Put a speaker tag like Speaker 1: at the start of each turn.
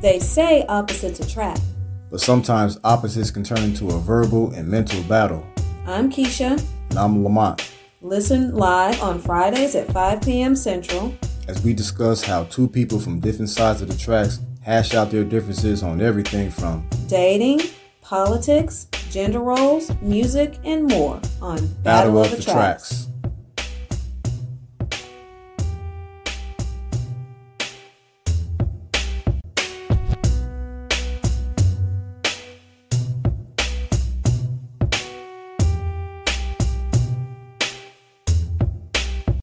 Speaker 1: They say opposites attract.
Speaker 2: But sometimes opposites can turn into a verbal and mental battle.
Speaker 1: I'm Keisha.
Speaker 2: And I'm Lamont,
Speaker 1: Listen live on Fridays at 5 p.m. Central.
Speaker 2: as we discuss how two people from different sides of the tracks hash out their differences on everything from
Speaker 1: Dating, politics, gender roles, music, and more on
Speaker 2: Battle of the Tracks.